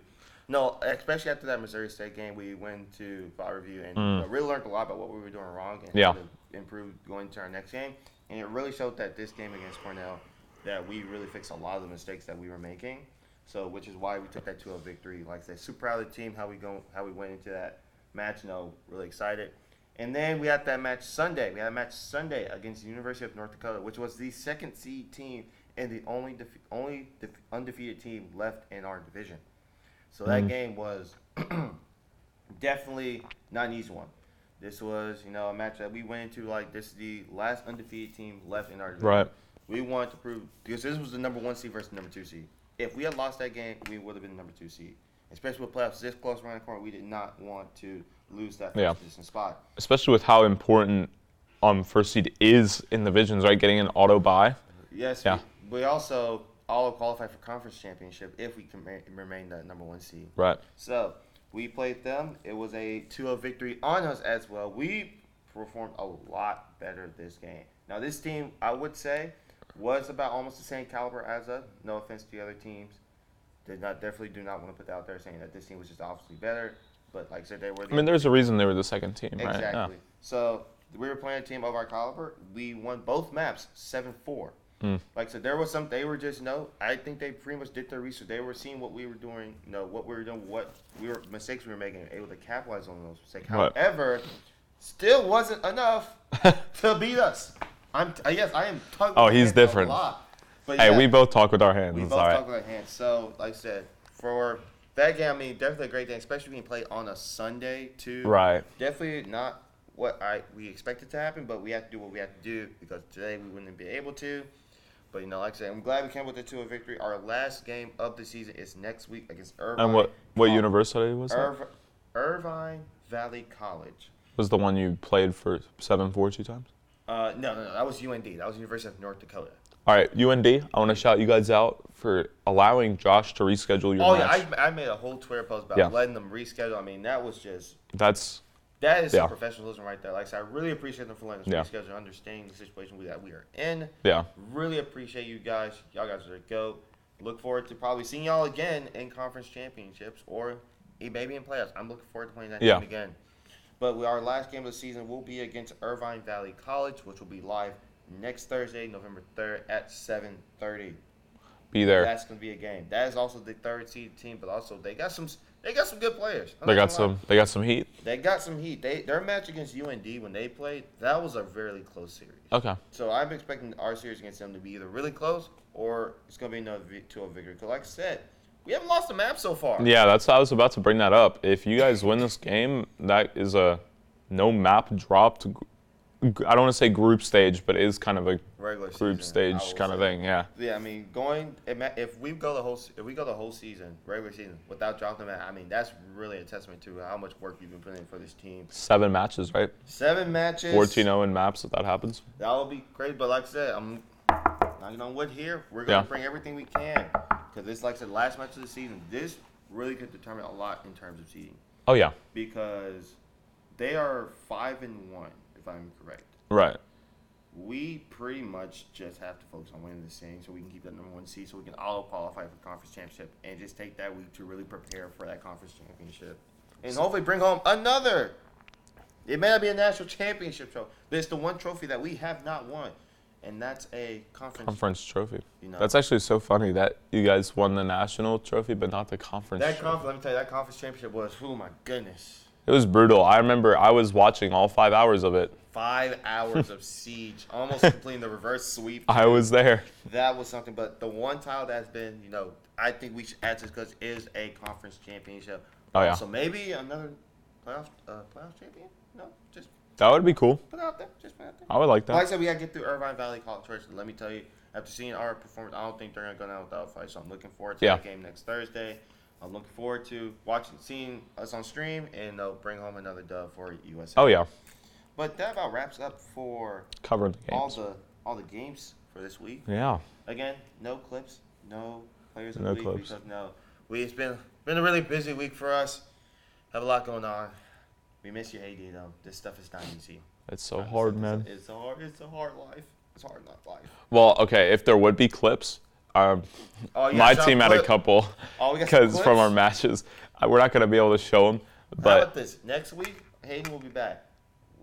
No, especially after that Missouri State game, we went to Thought Review and uh, really learned a lot about what we were doing wrong and
Mm. Yeah.
how to improve going to our next game. And it really showed that this game against Cornell that we really fixed a lot of the mistakes that we were making. So, which is why we took that 2-0 victory. Like I said, super proud of the team how we go how we went into that match. You know, really excited. And then we had that match Sunday. We had a match Sunday against the University of North Dakota, which was the second seed team and the only def- only def- undefeated team left in our division. So that game was definitely not an easy one. This was, you know, a match that we went into like this is the last undefeated team left in our division.
Right.
We wanted to prove because this was the number one seed versus the number two seed. If we had lost that game, we would have been the number two seed. Especially with playoffs this close around the corner, we did not want to lose that first
Yeah.
position spot.
Especially with how important um, first seed is in divisions, right? Getting an auto buy.
Yes,
Yeah.
we, we also all qualify for conference championship if we can ma- remain that number one seed.
Right.
So we played them. It was a 2-0 victory on us as well. We performed a lot better this game. Now this team, I would say, was about almost the same caliber as us. No offense to the other teams. Did not definitely do not want to put that out there saying that this team was just obviously better. But like I said, they were. The
I mean, there's a reason they were the second team, right?
Exactly.
Yeah.
So we were playing a team of our caliber. We won both maps, seven four.
Mm.
Like I said, there was some. They were just no. I think they pretty much did their research. They were seeing what we were doing. You know what we were doing. What we were mistakes we were making. and Able to capitalize on those mistakes.
Right.
However, still wasn't enough to beat us. I'm. T- yes, I am. tugging
Oh,
my
he's
hands a
different.
lot. But
Hey,
yeah,
we both talk with our hands.
we
it's
both
all right.
talk about hands. So, like I said, for that game, I mean, definitely a great game, especially when you play on a Sunday too.
Right.
Definitely not what I we expected to happen, but we have to do what we have to do because today we wouldn't be able to. But you know, like I said, I'm glad we came with a two a victory. Our last game of the season is next week against Irvine.
and what what
Col-
university was that?
Irv- Irvine Valley College.
was the one you played for seven four two times?
Uh, no, no, no, that was UND. That was University of North Dakota.
All right, UND. I want to shout you guys out for allowing Josh to reschedule your
Oh yeah,
match.
I, I made a whole Twitter post about
Yeah.
letting them reschedule. I mean, that was just
That's
That is
Yeah.
some professionalism right there. Like I said, I really appreciate them for letting us
Yeah.
reschedule, understanding the situation we- that we are in.
yeah.
Really appreciate you guys. Y'all guys are go. Look forward to probably seeing y'all again in conference championships or eh, maybe in playoffs. I'm looking forward to playing that
Yeah.
game again. But we, our last game of the season will be against Irvine Valley College, which will be live next Thursday, November 3rd at 7:30.
Be there.
That's gonna be a game. That is also the third seed team, but also they got some they got some good players. I'm
they
not
got
gonna lie.
some. They got some heat.
They got some heat. They their match against UND when they played that was a really close series.
Okay.
So I'm expecting our series against them to be either really close or it's gonna be another vi- to a victory. Because like I said, we haven't lost a map so far.
Yeah, that's I was about to bring that up. If you guys win this game, that is a no map dropped. gr- gr- I don't want to say group stage, but it is kind of a
regular
group
season, I
stage
will
kind of
say.
thing. Yeah.
Yeah, I mean, going if ma- if we go the whole se- if we go the whole season, regular season, without dropping them out, I mean that's really a testament to how much work you've been putting in for this team.
Seven matches, right?
Seven matches,
14 0 in maps if that happens.
That would be great, but like I said, I'm knocking on wood here. We're gonna
Yeah.
bring everything we can because it's like I said, last match of the season. This really could determine a lot in terms of seeding
Oh, yeah.
because they are five and one, if I'm correct.
Right.
We pretty much just have to focus on winning this thing so we can keep that number one seed, so we can all qualify for conference championship, and just take that week to really prepare for that conference championship, and hopefully bring home another. It may not be a national championship trophy, but it's the one trophy that we have not won, and that's a conference.
Conference trophy.
You know.
That's actually so funny that you guys won the national trophy, but not the conference.
That
trophy.
conference, let me tell you, that conference championship was, oh my goodness,
it was brutal. I remember I was watching all five hours of it.
five hours of siege, almost completing the reverse sweep.
I was there.
that was something. But the one title that's been, you know, I think we should add this because is a conference championship.
Oh, yeah.
So maybe another playoff, uh, playoff champion. No, just
That would be cool.
put it out there. Just put it out there.
I would like that.
Like I said, we gotta get through Irvine Valley College first. Let me tell you, after seeing our performance, I don't think they're gonna go down without a fight. So I'm looking forward to
Yeah.
that game next Thursday. I'm looking forward to watching, seeing us on stream, and they'll bring home another dub for USA.
oh, yeah.
But that about wraps up for
Covering the
all
games.
the all the games for this week.
yeah.
Again, no clips, no players of
No
the week
clips.
because no, we it's been been a really busy week for us. Have a lot going on. We miss you, AD though. This stuff is not easy.
It's so hard,
It's-
man.
It's a hard. It's a hard life. It's hard not life.
Well, okay, if there would be clips, um,
Oh, you
my
got some
team had a
clip-
couple
Oh, we got some
because from our
clips?
matches, I- we're not gonna be able to show them.
How about
But
this? Next week, Hayden will be back.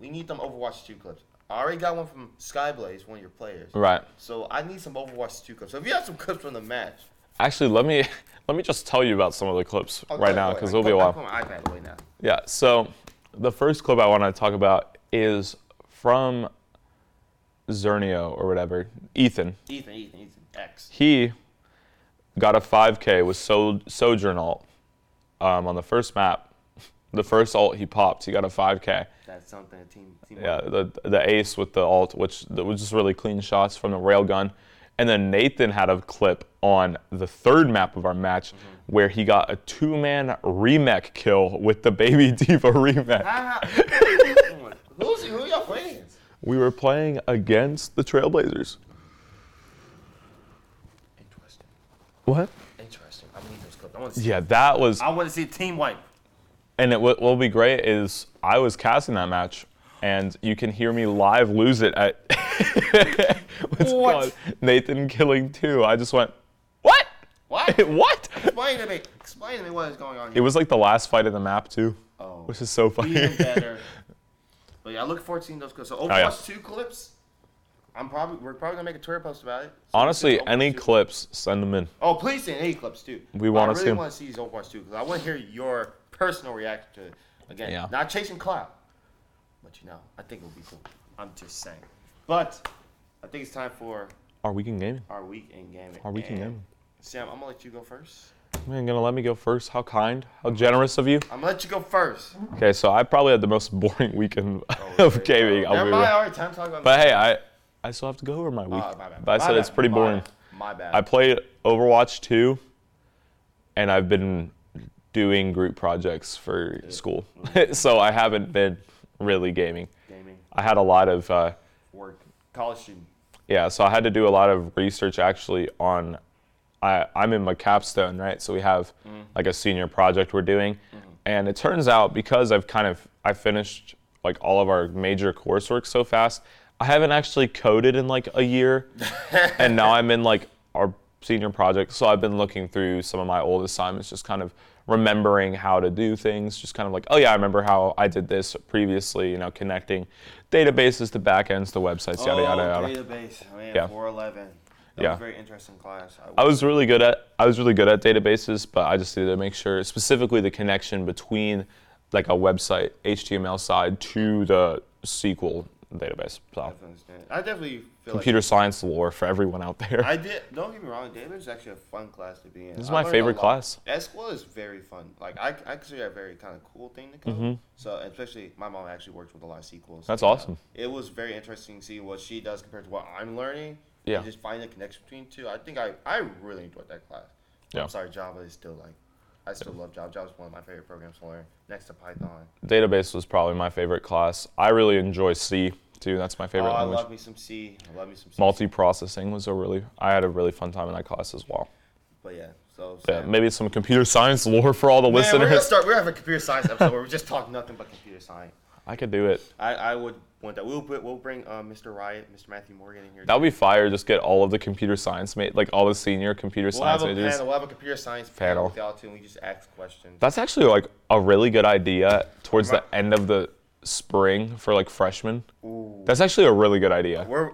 We need them Overwatch two clips. I already got one from Skyblaze, one of your players.
right,
So I need some Overwatch two clips. So if you have some clips from the match,
actually, let me let me just tell you about some of the clips
I'll
right
Oh, go
now
away.
because
I'll
it'll be a
put- I'll
while.
put my iPad away now.
Yeah. So the first clip I want to talk about is from Zernio or whatever, Ethan.
Ethan, Ethan, Ethan, X.
he got a 5K with Sol- Sojourn alt um, on the first map. The first alt he popped, he got a 5K.
That's something a team. team
Yeah, the the ace with the alt, which that was just really clean shots from the railgun. And then Nathan had a clip on the third map of our match
Mm-hmm.
where he got a two-man remech kill with the Baby Diva remech.
Ah. Who's who y'all playing? against?
We were playing against the Trailblazers.
Interesting.
What?
Interesting. I need those clips. I want to see.
Yeah, that was
I want to see team wipe.
And it, what will be great is I was casting that match, and you can hear me live lose it at what's it
What?
called Nathan Killing Two. I just went, what?
What?
what?
Explain to me. Explain to me what is going on
It
here.
was like the last fight of the map too,
oh,
which is so funny. Oh,
even better. But yeah, I look forward to seeing those clips. So Overwatch
yeah.
two clips. I'm probably we're probably gonna make a Twitter post about it. So we
Honestly,
can
any
Overwatch 2.
clips, send them in.
Oh, please send any clips too.
We
But
wanna
I
see
really
'em.
want to see these Overwatch too because I want to hear your personal reaction to it. Again,
Yeah.
not chasing clout, but you know, I think it'll be cool. I'm just saying. But I think it's time for
Our weekend gaming.
our week in gaming.
Our week in
And,
gaming.
Sam, I'm gonna let you go first.
Man, gonna let me go first. How kind, how generous of you.
I'm gonna let you go first.
Okay, so I probably had the most boring weekend
okay.
of gaming. I'll
Never
be
mind.
real.
All right, time to talk about.
But hey, I I still have to go over my week.
Uh, my bad.
But I
My
said
bad.
it's pretty
My
boring.
bad. My bad.
I played Overwatch 2, and I've been doing group projects for school, so I haven't been really gaming.
gaming
I had a lot of uh,
work college student.
yeah, so I had to do a lot of research actually on. I, I'm in my capstone, right? So we have like a senior project we're doing, and it turns out because I've kind of I finished like all of our major coursework so fast, I haven't actually coded in like a year, and now I'm in like our senior project. So I've been looking through some of my old assignments, just kind of remembering how to do things, just kind of like, oh yeah, I remember how I did this previously, you know, connecting databases to backends to websites, yada yada
Oh,
yada.
database. Man,
Yeah.
411. That
Yeah.
was a very interesting class. I,
I was really good at I was really good at databases, but I just needed to make sure specifically the connection between like a website HTML side to the SQL database. So
definitely understand. I definitely feel like
computer science lore for everyone out there.
I did. Don't get me wrong. David is actually a fun class to be in. This
is my favorite class.
SQL is very fun. Like I, I consider that a very kind of cool thing to code. So especially my mom actually works with a lot of SQL. so,
Mm-hmm. That's
you know,
awesome.
it was very interesting to see what she does compared to what I'm learning.
Yeah.
And just find the connection between two. I think I, I really enjoyed that class.
Yeah.
I'm sorry, Java is still like, I still love Java. Java's one of my favorite programs to learn next to Python.
Database was probably my favorite class. I really enjoy C too. That's my
Oh,
favorite
I
language.
love me some C. I love me some C.
Multi-processing was a really I had a really fun time in that class as well.
But yeah, so.
Yeah,
Sam-
maybe some computer science lore for all the
Man, we're gonna
listeners.
start. We're having a computer science episode where we just talk nothing but computer science.
I could do it.
I, I would want that. We'll put, we'll bring uh, Mr. Riot, Mr. Matthew Morgan in here.
That would be fire. Just get all of the computer science ma- like all the senior computer
we'll
science
have a
majors.
panel. We'll have a computer science
Panel.
panel, with y'all too, and we just ask questions.
That's actually like a really good idea towards the end of the spring for like freshmen.
Ooh.
That's actually a really good idea.
We're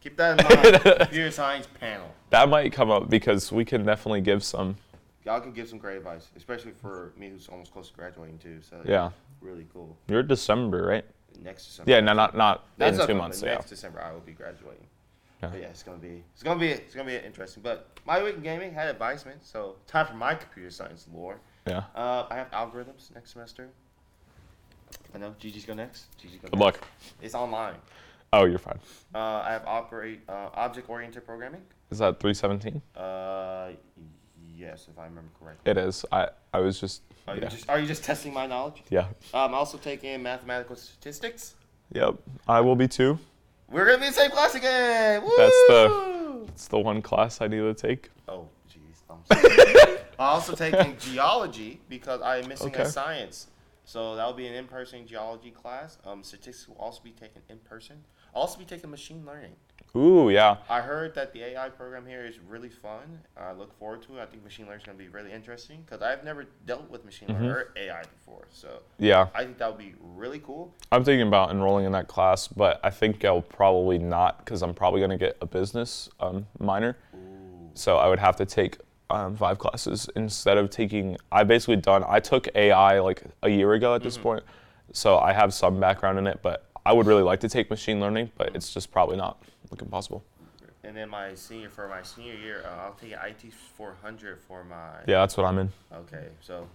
keep that in mind. computer science panel.
That might come up because we can definitely give some.
Y'all can give some great advice, especially for me who's almost close to graduating too. So
Yeah.
really cool.
You're December, right?
Next December.
Yeah, no, not not
That's
in two
upcoming.
months. Yeah.
Next December I will be graduating. Yeah.
Yeah.
But yeah, it's gonna be it's gonna be it's gonna be interesting. But my week in gaming had advisement, so time for my computer science lore.
Yeah.
Uh, I have algorithms next semester. I know GG's go next. GG's go
Good
next.
luck.
It's online.
Oh, you're fine.
Uh, I have operate uh, object oriented programming.
Is that 317?
Uh, yes, if I remember correctly.
It is. I I was just.
Are
yeah.
Oh, you just are you just testing my knowledge?
yeah.
Um, also taking mathematical statistics.
Yep. I will be too.
We're gonna be in the same class again. Woo!
That's the- It's the one class I need to take.
Oh, jeez. I'm sorry. I'm also taking geology because I'm missing
Okay.
a science. So that'll be an in-person geology class. Um, statistics will also be taken in person. I'll also be taking machine learning.
Ooh, yeah.
I heard that the AI program here is really fun. I look forward to it. I think machine learning is going to be really interesting because I've never dealt with machine learning or AI before. So
Yeah.
I think that would be really cool.
I'm thinking about enrolling in that class, but I think I'll probably not because I'm probably going to get a business um, minor. So I would have to take um, five classes instead of taking. I basically done. I took AI like a year ago at this point, so I have some background in it. But I would really like to take machine learning, but it's just probably not looking possible.
And then my senior for my senior year, uh, I'll take IT 400 for my
Yeah, that's what I'm in.
Okay, so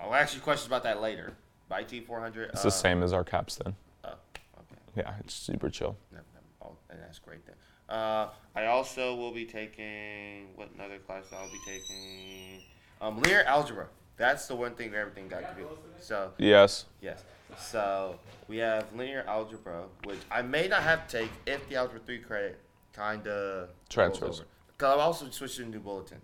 I'll ask you questions about that later. By T400.
It's the same as our caps then.
Oh, uh, okay.
Yeah, it's super chill.
No, no, oh, and that's great then. Uh, I also will be taking what another class I'll be taking. Um, linear algebra. That's the one thing where everything got confused. So
Yes.
yes, so we have linear algebra, which I may not have to take if the algebra three credit kind of
Transfers.
Because I'm also switching to new bulletin.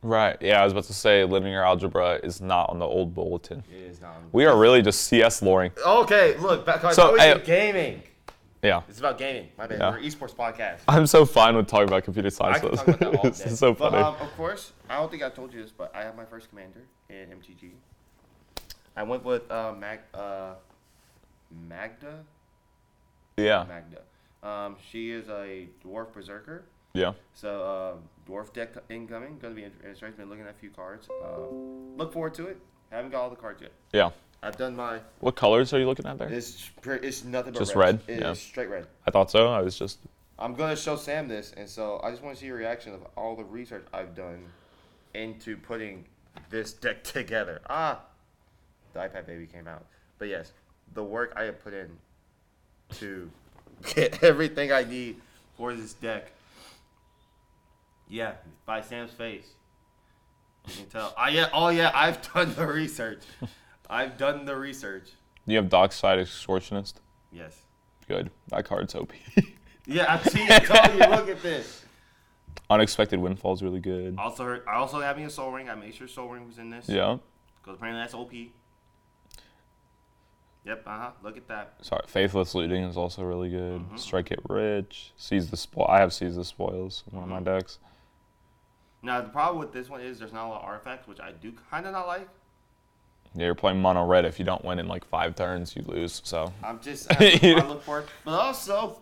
Right. Yeah, I was about to say linear algebra is not on the old bulletin.
It is not.
We are really just CS loring.
Okay, look back. I
So,
always
I-
do gaming.
Yeah.
It's about gaming. My bad.
Yeah.
We're an esports podcast.
I'm so fine with talking about computer
I
science.
can
though.
talk about that all day.
This is so funny.
But, um, of course, I don't think I told you this, but I have my first commander in MTG. I went with uh, Mag- uh, Magda.
yeah.
Magda. Um, she is a dwarf berserker.
Yeah.
So uh, dwarf deck incoming, going to be interesting. Been looking at a few cards. Uh, look forward to it. Haven't got all the cards yet.
Yeah.
I've done my.
What colors are you looking at there?
It's pre- it's nothing but
Just
red.
red?
It
Yeah.
is straight red.
I thought so. I was just
I'm gonna show Sam this, and so I just want to see your reaction of all the research I've done into putting this deck together. Ah, the iPad baby came out, but yes, the work I have put in to get everything I need for this deck. Yeah, by Sam's face, you can tell. I yeah, oh yeah, I've done the research. I've done the research.
you have Dockside Extortionist.
Yes.
Good. That card's OP.
Yeah, I see. I told you. Look at this.
Unexpected Windfall's really good.
Also, heard, I also have me a soul ring. I made sure soul ring was in this.
Yeah.
Because apparently that's OP. Yep. Uh huh. Look at that.
Sorry. Faithless Looting is also really good.
Mm-hmm.
Strike It Rich. Seize the Spoil. I have Seize the Spoils in one of my decks.
Now the problem with this one is there's not a lot of artifacts, which I do kind of not like.
Yeah, you're playing mono red. If you don't win in like five turns, you lose. So
I'm just I, I look for it, but also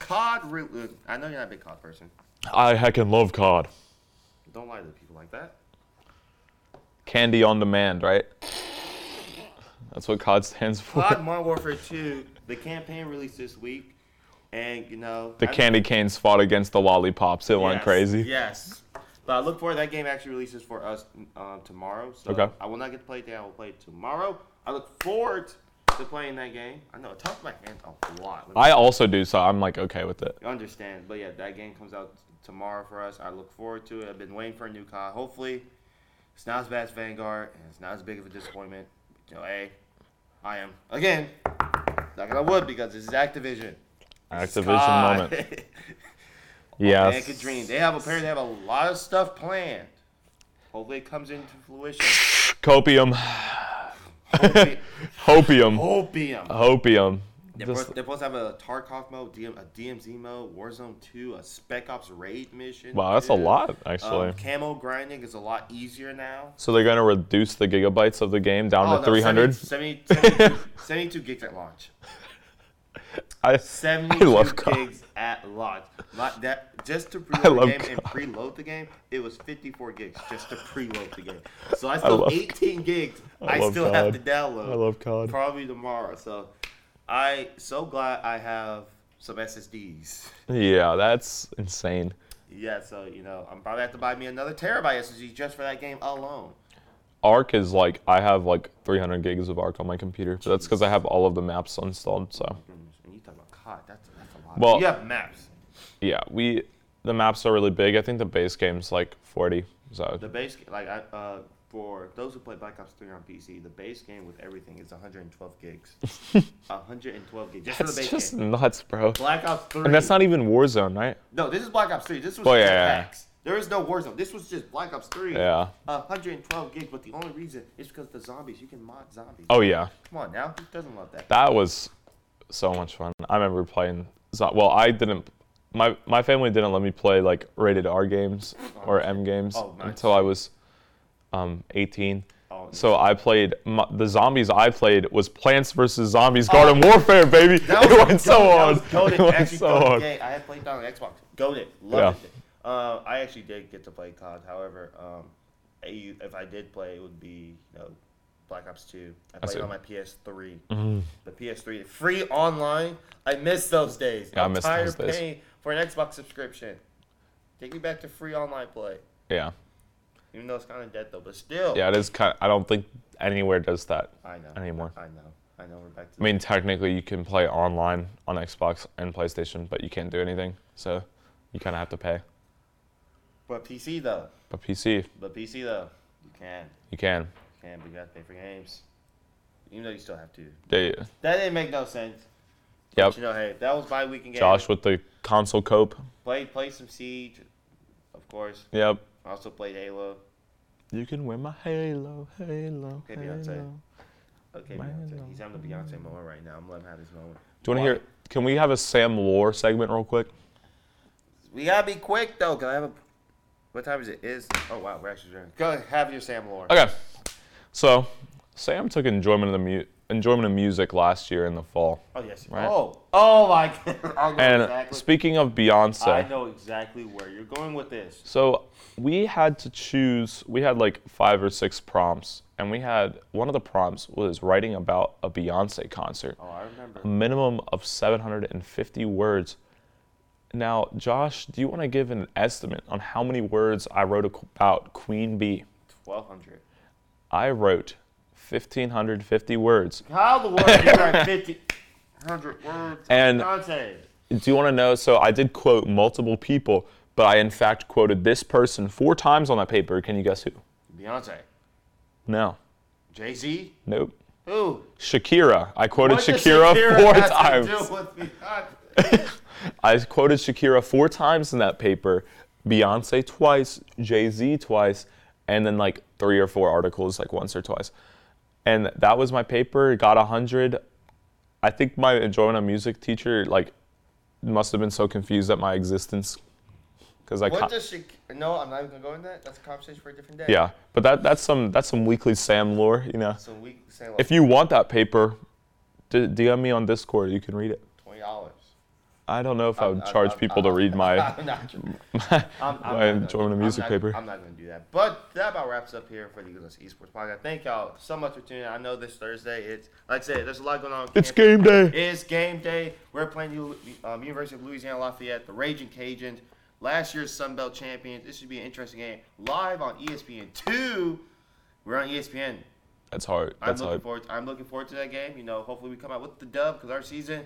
COD. Re- uh, I know you're not a big COD person.
I heckin' love COD.
Don't lie to people like that.
Candy on demand, right? That's what COD stands for.
COD Modern Warfare 2. The campaign released this week, and you know
The
I-
candy canes fought against the lollipops. It went
Yes,
crazy.
Yes. But I look forward. That game actually releases for us um, tomorrow. So
Okay.
I will not get to play it today. I will play it tomorrow. I look forward to playing that game. I know it tops my hand a lot. Let me-
I also do, so I'm like okay with it.
I understand. But yeah, that game comes out tomorrow for us. I look forward to it. I've been waiting for a new COD. Hopefully, it's not as bad as Vanguard, and it's not as big of a disappointment. But, you know, hey, I am again. Not gonna wood because this is Activision.
Activision
COD.
moment. Yes.
Bank of Dreams. They have apparently they have a lot of stuff planned. Hopefully it comes into fruition.
Copium.
Opi-
Hopium.
Opium.
Uh, Hopium.
They're
Just-
supposed, they're supposed to have a Tarkov mode, DM, a DMZ mode, Warzone 2, a Spec Ops raid mission.
wow, that's a
Yeah.
lot,
Um,
actually.
camo grinding is a lot easier now.
So they're gonna reduce the gigabytes of the game down
Oh,
to
no,
300.
70 72 72 gigs at launch.
I,
72
I love COD.
gigs at launch. Not that just to
I
preload
love
the game and
COD.
preload the game, it was 54 gigs just to preload the game. So I still
love
18 gigs. I,
love
still have
COD.
to download.
I love COD.
Probably tomorrow. So I so glad I have some SSDs.
Yeah, that's insane.
Yeah. So you know I'm probably have to buy me another terabyte SSD just for that game alone.
Arc is like I have like 300 gigs of Arc on my computer, but that's because I have all of the maps installed. So
And you talk about COD? That's that's a lot.
Well-
you have maps.
yeah, we the maps are really big. I think the base game's like 40. So
The base, ga- like I, uh, for those who play Black Ops 3 on PC, the base game with everything is 112 gigs. 112 gigs just for the
that's
base
just
game.
nuts, bro.
Black Ops 3.
And that's not even Warzone, right?
No, this is Black Ops 3. This was
Oh,
just
yeah, yeah, yeah.
packs. There is no Warzone. This was just Black Ops 3.
Yeah.
112 gigs, but the only reason is because the zombies. You can mod zombies.
Oh yeah,
Come on now, who doesn't love that?
that was so much fun. I remember playing. Zo- Well, I didn't. My my family didn't let me play like rated R games or M games
Oh, nice.
until I was um, 18.
Oh,
So I played my, the zombies. I played was Plants vs Zombies Garden Warfare, baby. it went so
goated.
on.
Oh. That was
It
goated.
went
Actually,
so
goated.
on.
Yeah, I had played it on Xbox. Goated. Loved it. Uh, I actually did get to play COD. However, um, I- if I did play, it would be you know Black Ops 2. I played
see. Mm-hmm.
it on my PS3. The PS3 free online. I miss those days.
Yeah, I
I'm
miss
tired
those
of
days.
paying for an Xbox subscription. Take me back to free online play.
Yeah,
Even though it's kind of dead though, but still.
yeah. It is kind. I don't think anywhere does that.
I know.
Anymore.
I know. I know. We're back to.
I mean, technically, you can play online on Xbox and PlayStation, but you can't do anything. So you kind of have to pay.
but PC though.
But PC,
But PC though. You can.
you can.
Can but you have to pay for games. Even though you still have to.
Yeah, yeah.
That didn't make no sense.
Yep.
But you know, hey, that was my weekend game.
Josh with the console cope.
Played played some Siege, of course.
Yep.
I also played Halo.
You can wear my halo, halo,
Okay, Beyonce.
halo.
Okay,
Man,
Beyonce. He's having a Beyonce moment right now. I'm letting him have his moment.
Do you want to
Why?
hear? Can we have a Sam Lore segment real quick?
We gotta be quick though, cause I have a. What time is it? Is oh wow, we're actually doing. Go have your Sam Lore.
Okay. So, Sam took enjoyment of the mu- enjoyment of music last year in the fall.
Oh yes.
Right.
Oh, oh my God. I know
And
exactly.
speaking of Beyonce,
I know exactly where you're going with this.
So we had to choose. We had like five or six prompts, and we had one of the prompts was writing about a Beyonce concert.
Oh, I remember.
A minimum of 750 words. Now, Josh, do you want to give an estimate on how many words I wrote ac- about Queen Bee?
1200.
I wrote 1,550 words.
How the world you write 50, 100 words?
And-
Conte.
Do you want to know? So I did quote multiple people, but I in fact quoted this person four times on that paper. Can you guess who?
Beyonce.
No.
Jay Z.
Nope.
Who?
Shakira. I quoted
What does
Shakira, four
has to
times.
do with Beyonce?
I quoted Shakira four times in that paper, Beyonce twice, Jay Z twice, and then like three or four articles, like once or twice. And that was my paper. It Got a hundred. I think my enjoyment of music teacher like must have been so confused at my existence because I.
What
co-
does she? No, I'm not even gonna go in that. That's a conversation for a different day.
yeah, but that that's some that's some weekly Sam lore, you know.
So we say like
If you want that paper, d- DM me on Discord. You can read it.
twenty dollars.
I don't know if I would charge people to read my
I'm not. I'm,
my enjoyment of music
I'm not,
paper.
I'm not gonna do that. But that about wraps up here for the Eagles Esports Podcast. Thank y'all so much for tuning in. I know this Thursday, it's like I said, there's a lot going on.
it's
campus.
game day.
It's game day. We're playing U- um, University of Louisiana Lafayette, the Raging Cajuns, last year's Sun Belt champions. This should be an interesting game. Live on E ESPN two. We're on E ESPN.
That's hard.
I'm
That's
looking
hard.
forward. I'm looking forward to that game. You know, hopefully we come out with the dub because our season,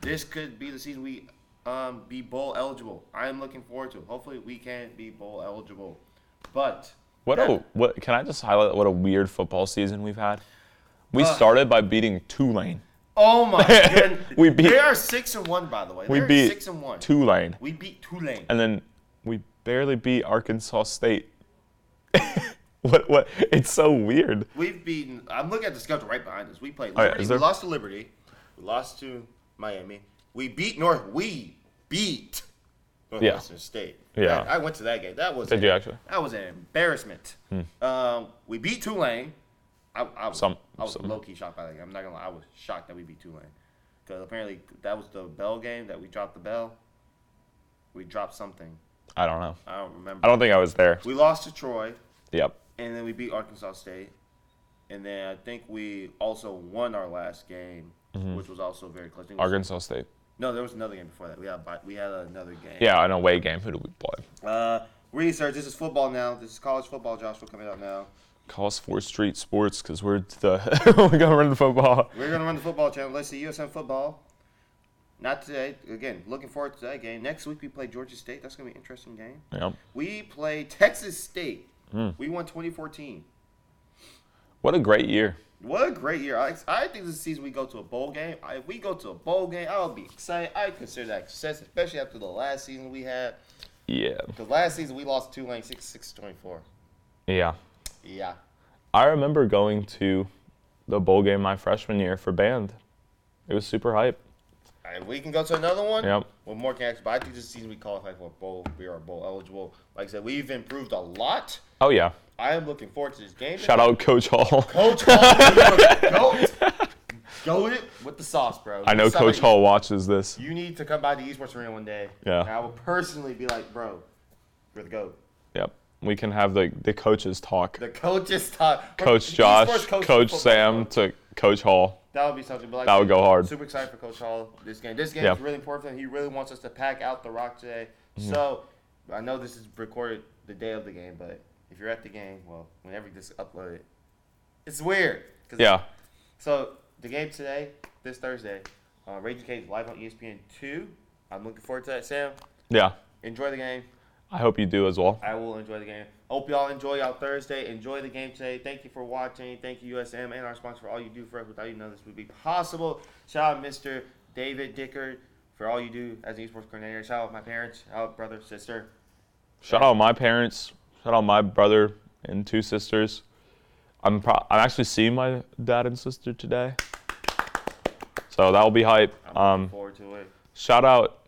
this could be the season we um, be bowl eligible. I am looking forward to. it. Hopefully we can be bowl eligible. But
What
that-
a what? Can I just highlight what a weird football season we've had? We
Ugh.
started by beating Tulane.
oh my goodness,
We beat-
They are six and one by the way.
We
They're
beat
six and one.
Tulane,
We beat Tulane.
and then we barely beat Arkansas State. what? What? It's so weird.
We've beaten. I'm looking at the schedule right behind us. We played.
All right,
Liberty,
Oh, is there-
We lost to Liberty. We lost to Miami. We beat North. We beat Northwestern State.
Yeah.
I, I went to that game. That was
Did you actually?
That was an embarrassment. Um, we beat Tulane. I, I was,
Some-
I was
some-
low key shocked by that. Game. I'm not gonna lie. I was shocked that we beat Tulane because apparently that was the bell game that we dropped the bell. We dropped something.
I don't know.
I don't remember.
I don't think I was there.
we lost to Troy
Yep.
and then we beat Arkansas State, and then I think we also won our last game, which was also very close. I think it was-
Mm-hmm. Arkansas State.
no, there was another game before that. We had bi- we had another game.
Yeah, an away game. Who did we play?
Uh, research. This is football now. This is college football. Joshua coming out now.
Call us for Street Sports because we're the we're gonna run the football.
We're gonna run the football channel. Let's see USM football. Not today. Again, looking forward to that game. Next week we play Georgia State. That's gonna be an interesting game.
Yep.
We play Texas State.
Hmm.
We won 2014.
What a great year.
What a great year. I, I think this season we go to a bowl game. I, if we go to a bowl game, I'll be excited. I consider that success, especially after the last season we had.
Yeah.
Because last season we lost two lanes, 6 6 24.
Yeah.
Yeah.
I remember going to the bowl game my freshman year for band. It was super hype.
All right, If we can go to another one,
Yep.
with more connects. But I think this season we qualify for a bowl. We are bowl eligible. Like I said, we've improved a lot.
Oh yeah.
I am looking forward to this game.
Shout out Coach Hall.
Coach Hall. Goat. Goat it with the sauce, bro.
I know
Somebody-
Coach Hall watches this.
You need to come by the esports arena one day.
Yeah.
And I will personally be like, bro, you're the goat.
Yep. We can have the, the coaches talk.
The coaches talk.
Coach
The
Josh,
esports
Coach,
football
Sam
coach.
to Coach Hall.
That would be something. But like,
That would go hard.
Super excited for Coach Hall this game. This game
Yeah. Mm-hmm.
is really important. for him. He really wants us to pack out the rock today. So I know this is recorded the day of the game, but if you're at the game, well, whenever this is uploaded, it's weird. 'cause
Yeah.
So the game today, this Thursday, uh, Raging Cage live on ESPN two. I'm looking forward to that, Sam.
Yeah.
Enjoy the game.
I hope you do as well.
I will enjoy the game. Hope y'all enjoy y'all Thursday. Enjoy the game today. Thank you for watching. Thank you USM and our sponsor for all you do for us. Without you, none of this would be possible. Shout out Mr. David Dickard for all you do as an esports coordinator. Shout out my parents, shout out brother, sister.
Shout out my parents. Shout out my brother and two sisters. I'm pro- I'm actually seeing my dad and sister today. So that'll be hype.
I'm looking
Um,
forward to it.
shout out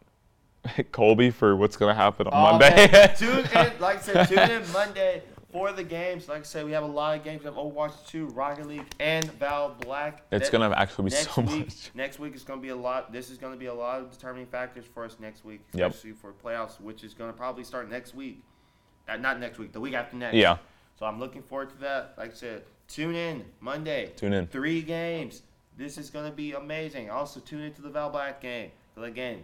Colby for what's gonna happen on
Oh,
Monday.
man. tune in, like I said, tune in Monday for the games, like I said, we have a lot of games. We have Overwatch 2, Rocket League, and Val Black.
It's
That-
gonna actually be
next
so
week,
much.
Next week is going to be a lot. This is going to be a lot of determining factors for us next week,
Yep.
especially for playoffs, which is going to probably start next week. Uh, not next week, the week after next.
Yeah.
So I'm looking forward to that. Like I said, tune in Monday.
Tune in.
Three games. This is going to be amazing. Also, tune into the Val Black game. But again,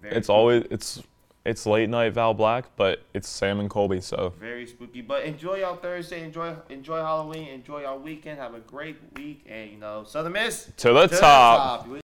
very
It's
spooky-
always it's it's late night Val Black, but it's Sam and Colby, so
very spooky. But enjoy y'all Thursday. Enjoy enjoy Halloween. Enjoy y'all weekend. Have a great week. And you know, Southern Miss
To the top.
top.